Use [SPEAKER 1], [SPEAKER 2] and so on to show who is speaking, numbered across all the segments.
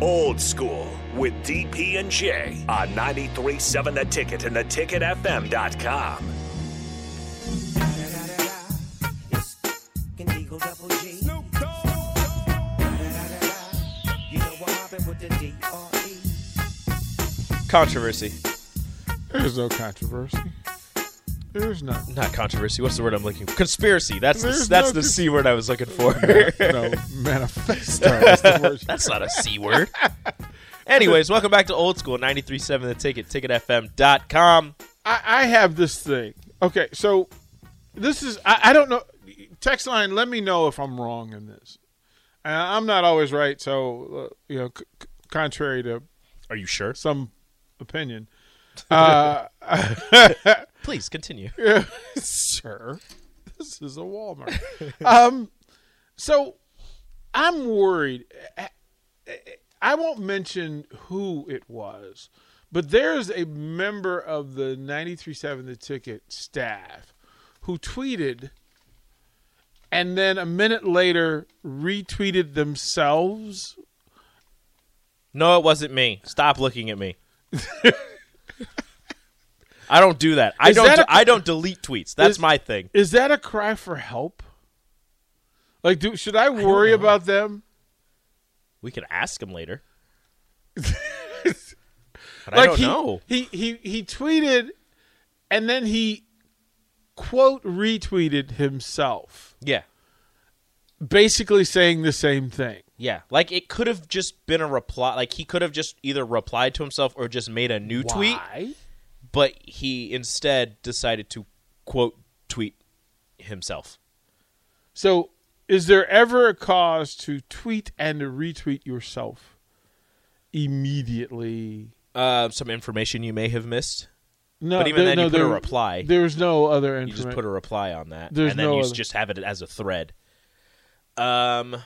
[SPEAKER 1] Old School with DP and J on 937 The Ticket and theticketfm.com.
[SPEAKER 2] fucking Eagle Double G. Da-da-da-da. You know I'm mobbing with the E? D.R.E..
[SPEAKER 3] Controversy.
[SPEAKER 4] There's no controversy. There's none.
[SPEAKER 3] Not controversy. What's the word I'm looking for? Conspiracy. That's the,
[SPEAKER 4] There's
[SPEAKER 3] that's
[SPEAKER 4] no
[SPEAKER 3] the
[SPEAKER 4] cons-
[SPEAKER 3] C word I was looking for.
[SPEAKER 4] No manifesto. is the word.
[SPEAKER 3] That's not a C word. Anyways, welcome back to Old School 93.7 The Ticket, ticketfm.com.
[SPEAKER 4] I, I have this thing. Okay, so this is I, I don't know. Text line, let me know if I'm wrong in this. And I'm not always right, so uh, you know, c- c- contrary to
[SPEAKER 3] Are you sure?
[SPEAKER 4] some opinion.
[SPEAKER 3] Please continue.
[SPEAKER 4] sir, this is a Walmart. um, so I'm worried. I won't mention who it was, but there's a member of the 93.7 The Ticket staff who tweeted and then a minute later retweeted themselves.
[SPEAKER 3] No, it wasn't me. Stop looking at me. I don't do that. I
[SPEAKER 4] Is
[SPEAKER 3] don't.
[SPEAKER 4] that
[SPEAKER 3] do-
[SPEAKER 4] a-
[SPEAKER 3] I don't delete tweets. That's
[SPEAKER 4] Is-
[SPEAKER 3] my thing.
[SPEAKER 4] Is that a cry for help? Like, do, should I worry about them?
[SPEAKER 3] We could ask him later. but I
[SPEAKER 4] like
[SPEAKER 3] don't
[SPEAKER 4] he,
[SPEAKER 3] know.
[SPEAKER 4] He he he tweeted, and then he quote retweeted himself,
[SPEAKER 3] Yeah,
[SPEAKER 4] basically saying the same thing.
[SPEAKER 3] yeah. Like it could have just been a reply. Like he could have just either replied to himself or just made a new tweet.
[SPEAKER 4] Why?
[SPEAKER 3] But he instead decided to quote tweet himself.
[SPEAKER 4] So, is there ever a cause to tweet and to retweet yourself immediately?
[SPEAKER 3] Uh, some information you may have missed.
[SPEAKER 4] No,
[SPEAKER 3] But even then, you put a
[SPEAKER 4] there-
[SPEAKER 3] reply.
[SPEAKER 4] There's no other
[SPEAKER 3] You
[SPEAKER 4] information.
[SPEAKER 3] just put a reply on that,
[SPEAKER 4] There's
[SPEAKER 3] and then
[SPEAKER 4] no
[SPEAKER 3] you
[SPEAKER 4] other-
[SPEAKER 3] just have it as a thread. Um,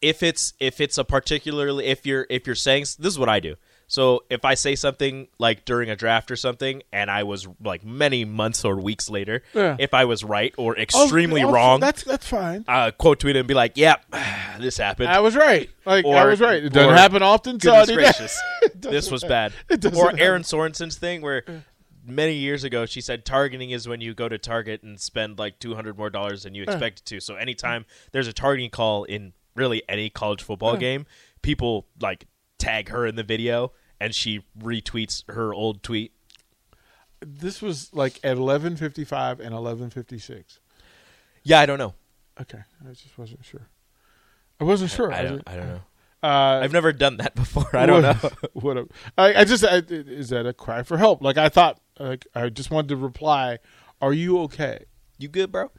[SPEAKER 3] if it's if it's a particularly if you're if you're saying s- this is what I do. So if I say something like during a draft or something, and I was like many months or weeks later,
[SPEAKER 4] Yeah.
[SPEAKER 3] if I was right or
[SPEAKER 4] Oh,
[SPEAKER 3] extremely
[SPEAKER 4] oh,
[SPEAKER 3] wrong,
[SPEAKER 4] That's that's fine.
[SPEAKER 3] uh, quote tweet it and be like, "Yep, this happened."
[SPEAKER 4] I was right. Like I
[SPEAKER 3] Or-
[SPEAKER 4] was right. It doesn't
[SPEAKER 3] or-
[SPEAKER 4] happen often. So I
[SPEAKER 3] Goodness
[SPEAKER 4] did that.
[SPEAKER 3] gracious. this was bad.
[SPEAKER 4] doesn't
[SPEAKER 3] Or Aaron Sorensen's thing where many years ago she said targeting is when you go to Target and spend like 200 more dollars than you
[SPEAKER 4] Uh.
[SPEAKER 3] expected to. So anytime there's a targeting call in really any college
[SPEAKER 4] Uh.
[SPEAKER 3] football game, people like tag her in the video and she retweets her old tweet.
[SPEAKER 4] This was like at 11:55 and 11:56.
[SPEAKER 3] Yeah, I don't know.
[SPEAKER 4] Okay, I just wasn't sure. I wasn't sure.
[SPEAKER 3] I
[SPEAKER 4] was
[SPEAKER 3] don't
[SPEAKER 4] like,
[SPEAKER 3] I don't know.
[SPEAKER 4] Uh,
[SPEAKER 3] I've never done that before. I don't know.
[SPEAKER 4] what- What a- I, I just I, is that a cry for help? Like I thought. Like I just wanted to reply. Are you okay?
[SPEAKER 3] You good, bro?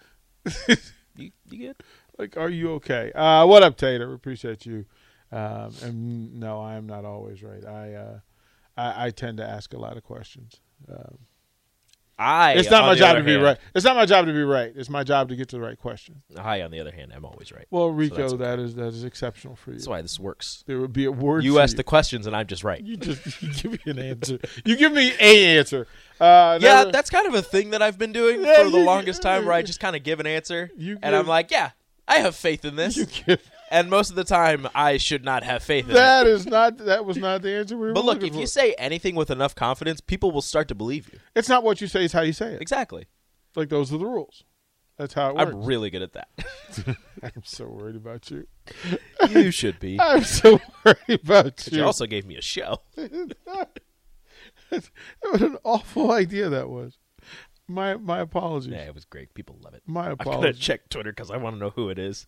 [SPEAKER 3] You, you good?
[SPEAKER 4] Like are you okay? Uh, what up, Tater? Appreciate you. Um, and no, I am not always right. I uh, I, I tend to ask a lot of questions. Um,
[SPEAKER 3] I
[SPEAKER 4] it's not
[SPEAKER 3] on
[SPEAKER 4] my
[SPEAKER 3] the
[SPEAKER 4] job
[SPEAKER 3] other
[SPEAKER 4] to be
[SPEAKER 3] hand-
[SPEAKER 4] right. It's not my job to be right. It's my job to get to the right question.
[SPEAKER 3] I on the other hand am always right.
[SPEAKER 4] Well, Rico,
[SPEAKER 3] that's okay.
[SPEAKER 4] that is that is exceptional for you.
[SPEAKER 3] That's why this works.
[SPEAKER 4] there would be a word.
[SPEAKER 3] You
[SPEAKER 4] for
[SPEAKER 3] ask the questions and I'm just right.
[SPEAKER 4] You just you give me an answer. You give me a answer. Uh,
[SPEAKER 3] Yeah,
[SPEAKER 4] never-
[SPEAKER 3] that's kind of a thing that I've been doing
[SPEAKER 4] Yeah,
[SPEAKER 3] for the
[SPEAKER 4] you-
[SPEAKER 3] longest time where I just kind of give an answer
[SPEAKER 4] You
[SPEAKER 3] and I'm
[SPEAKER 4] give-
[SPEAKER 3] like, yeah, I have faith in this.
[SPEAKER 4] you give-
[SPEAKER 3] and most of the time, I should not have faith in it.
[SPEAKER 4] that is not that was not the answer we were
[SPEAKER 3] But look,
[SPEAKER 4] looking
[SPEAKER 3] if
[SPEAKER 4] for.
[SPEAKER 3] you say anything with enough confidence, people will start to believe you.
[SPEAKER 4] it's not what you say, it's how you say it.
[SPEAKER 3] Exactly.
[SPEAKER 4] Like those are the rules. That's how it works.
[SPEAKER 3] I'm really good at that.
[SPEAKER 4] I'm so worried about you.
[SPEAKER 3] you should be.
[SPEAKER 4] I'm so worried about
[SPEAKER 3] But you
[SPEAKER 4] you.
[SPEAKER 3] also gave me a show.
[SPEAKER 4] what an awful idea that was. My my apologies.
[SPEAKER 3] Yeah, it was great. People love it.
[SPEAKER 4] My
[SPEAKER 3] I'm going to
[SPEAKER 4] apologies.
[SPEAKER 3] check Twitter because I want to know who it is.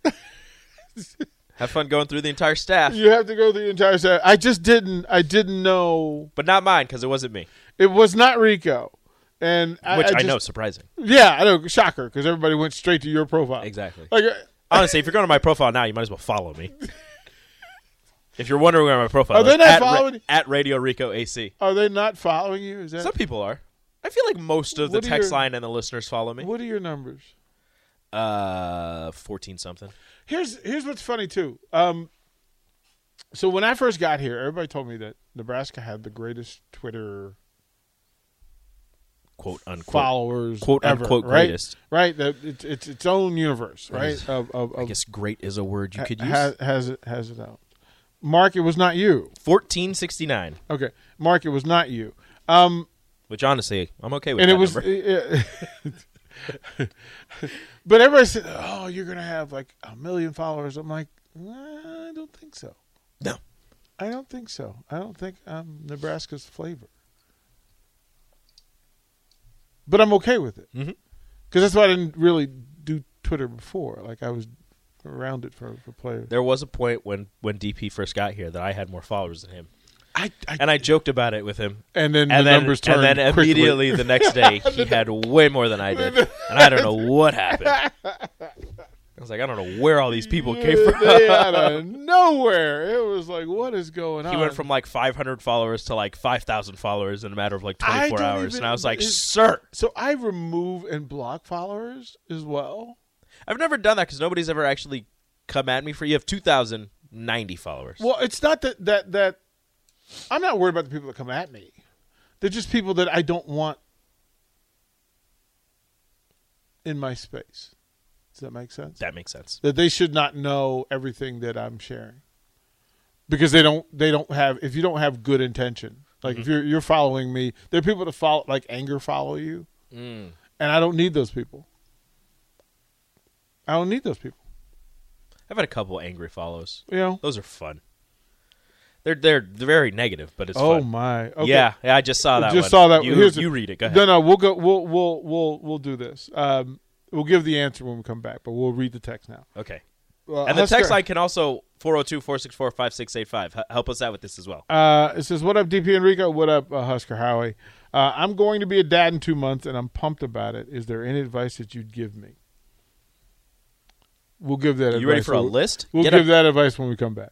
[SPEAKER 3] have fun going through the entire staff,
[SPEAKER 4] You have to go through the entire set. I just didn't. I didn't know
[SPEAKER 3] but not mine because it wasn't me,
[SPEAKER 4] it was not Rico, and which I,
[SPEAKER 3] which I,
[SPEAKER 4] just-
[SPEAKER 3] know is surprising.
[SPEAKER 4] Yeah, I know. Shocker, because everybody went straight to your profile.
[SPEAKER 3] Exactly.
[SPEAKER 4] Like, uh,
[SPEAKER 3] Honestly, if you're going to my profile now, you might as well follow me. if you're wondering where my profile
[SPEAKER 4] Are
[SPEAKER 3] is,
[SPEAKER 4] they not
[SPEAKER 3] at, Ra-
[SPEAKER 4] following-
[SPEAKER 3] at Radio Rico AC.
[SPEAKER 4] are they not following you? Is that
[SPEAKER 3] Some people are. I feel like most of the
[SPEAKER 4] What are
[SPEAKER 3] text
[SPEAKER 4] your-
[SPEAKER 3] line and the listeners follow me.
[SPEAKER 4] what are your numbers?
[SPEAKER 3] Uh, fourteen something.
[SPEAKER 4] Here's here's what's funny too. Um, so when I first got here, everybody told me that Nebraska had the greatest Twitter
[SPEAKER 3] Quote unquote.
[SPEAKER 4] followers,
[SPEAKER 3] Quote,
[SPEAKER 4] ever,
[SPEAKER 3] unquote,
[SPEAKER 4] right?
[SPEAKER 3] greatest.
[SPEAKER 4] Right, that it's it's its own universe, right? Of, of,
[SPEAKER 3] I
[SPEAKER 4] of
[SPEAKER 3] guess great is a word you could use.
[SPEAKER 4] ha- has it has it out. Mark, it was not you.
[SPEAKER 3] 1469,
[SPEAKER 4] Okay, Mark, it was not you. Um,
[SPEAKER 3] which honestly, I'm okay with
[SPEAKER 4] and
[SPEAKER 3] that
[SPEAKER 4] it was,
[SPEAKER 3] number.
[SPEAKER 4] yeah. but everybody said, "Oh, you're gonna have like a million followers." I'm like, "Nah, I don't think so.
[SPEAKER 3] No.
[SPEAKER 4] I don't think so. I don't think I'm Nebraska's flavor. But I'm okay with it because
[SPEAKER 3] Mhm.
[SPEAKER 4] that's why I didn't really do Twitter before. Like I was around it for for players.
[SPEAKER 3] There was a point when when DP first got here that I had more followers than him,
[SPEAKER 4] I, I
[SPEAKER 3] and I joked about it with him.
[SPEAKER 4] and then the
[SPEAKER 3] and then,
[SPEAKER 4] numbers
[SPEAKER 3] and
[SPEAKER 4] turned
[SPEAKER 3] then
[SPEAKER 4] quickly.
[SPEAKER 3] immediately the next day he had way more than I did, and I don't know what happened. I was like, I don't know where all these people came from.
[SPEAKER 4] They out of nowhere. It was like, what is going on?
[SPEAKER 3] He went from like 500 followers to like 5,000 followers in a matter of like
[SPEAKER 4] I
[SPEAKER 3] 24
[SPEAKER 4] don't
[SPEAKER 3] hours,
[SPEAKER 4] even-
[SPEAKER 3] and I was like,
[SPEAKER 4] is-
[SPEAKER 3] sir,
[SPEAKER 4] So I remove and block followers as well.
[SPEAKER 3] I've never done that because nobody's ever actually come at me for. You have 2,090 followers.
[SPEAKER 4] Well, it's not that that that I'm not worried about the people that come at me. They're just people that I don't want in my space. Does that make sense?
[SPEAKER 3] that makes sense.
[SPEAKER 4] that they should not know everything that I'm sharing because they don't they don't have if you don't have good intention like if you're you're following me there are people that follow like anger follow you and I don't need those people I don't need those people
[SPEAKER 3] I've had a couple angry follows.
[SPEAKER 4] you know
[SPEAKER 3] Those are fun. They're they're very negative, but it's
[SPEAKER 4] oh
[SPEAKER 3] fun.
[SPEAKER 4] my okay.
[SPEAKER 3] Yeah, yeah, I just saw that.
[SPEAKER 4] just
[SPEAKER 3] one.
[SPEAKER 4] saw that
[SPEAKER 3] You,
[SPEAKER 4] Here's the-
[SPEAKER 3] you read it. Go ahead.
[SPEAKER 4] no no we'll go we'll we'll we'll we'll do this um we'll give the answer when we come back but we'll read the text now
[SPEAKER 3] Okay.
[SPEAKER 4] Uh,
[SPEAKER 3] And the
[SPEAKER 4] Husker-
[SPEAKER 3] text line can also 402-464-5685. H- help us out with this as well.
[SPEAKER 4] Uh, it says, "What up, DP Enrico? What up, uh, Husker Howie? Uh, I'm going to be a dad in two months, and I'm pumped about it. Is there any advice that you'd give me? We'll give that.
[SPEAKER 3] You ready
[SPEAKER 4] advice.
[SPEAKER 3] for a
[SPEAKER 4] We'll-
[SPEAKER 3] list?
[SPEAKER 4] We'll
[SPEAKER 3] Get
[SPEAKER 4] give
[SPEAKER 3] a-
[SPEAKER 4] that advice when we come back.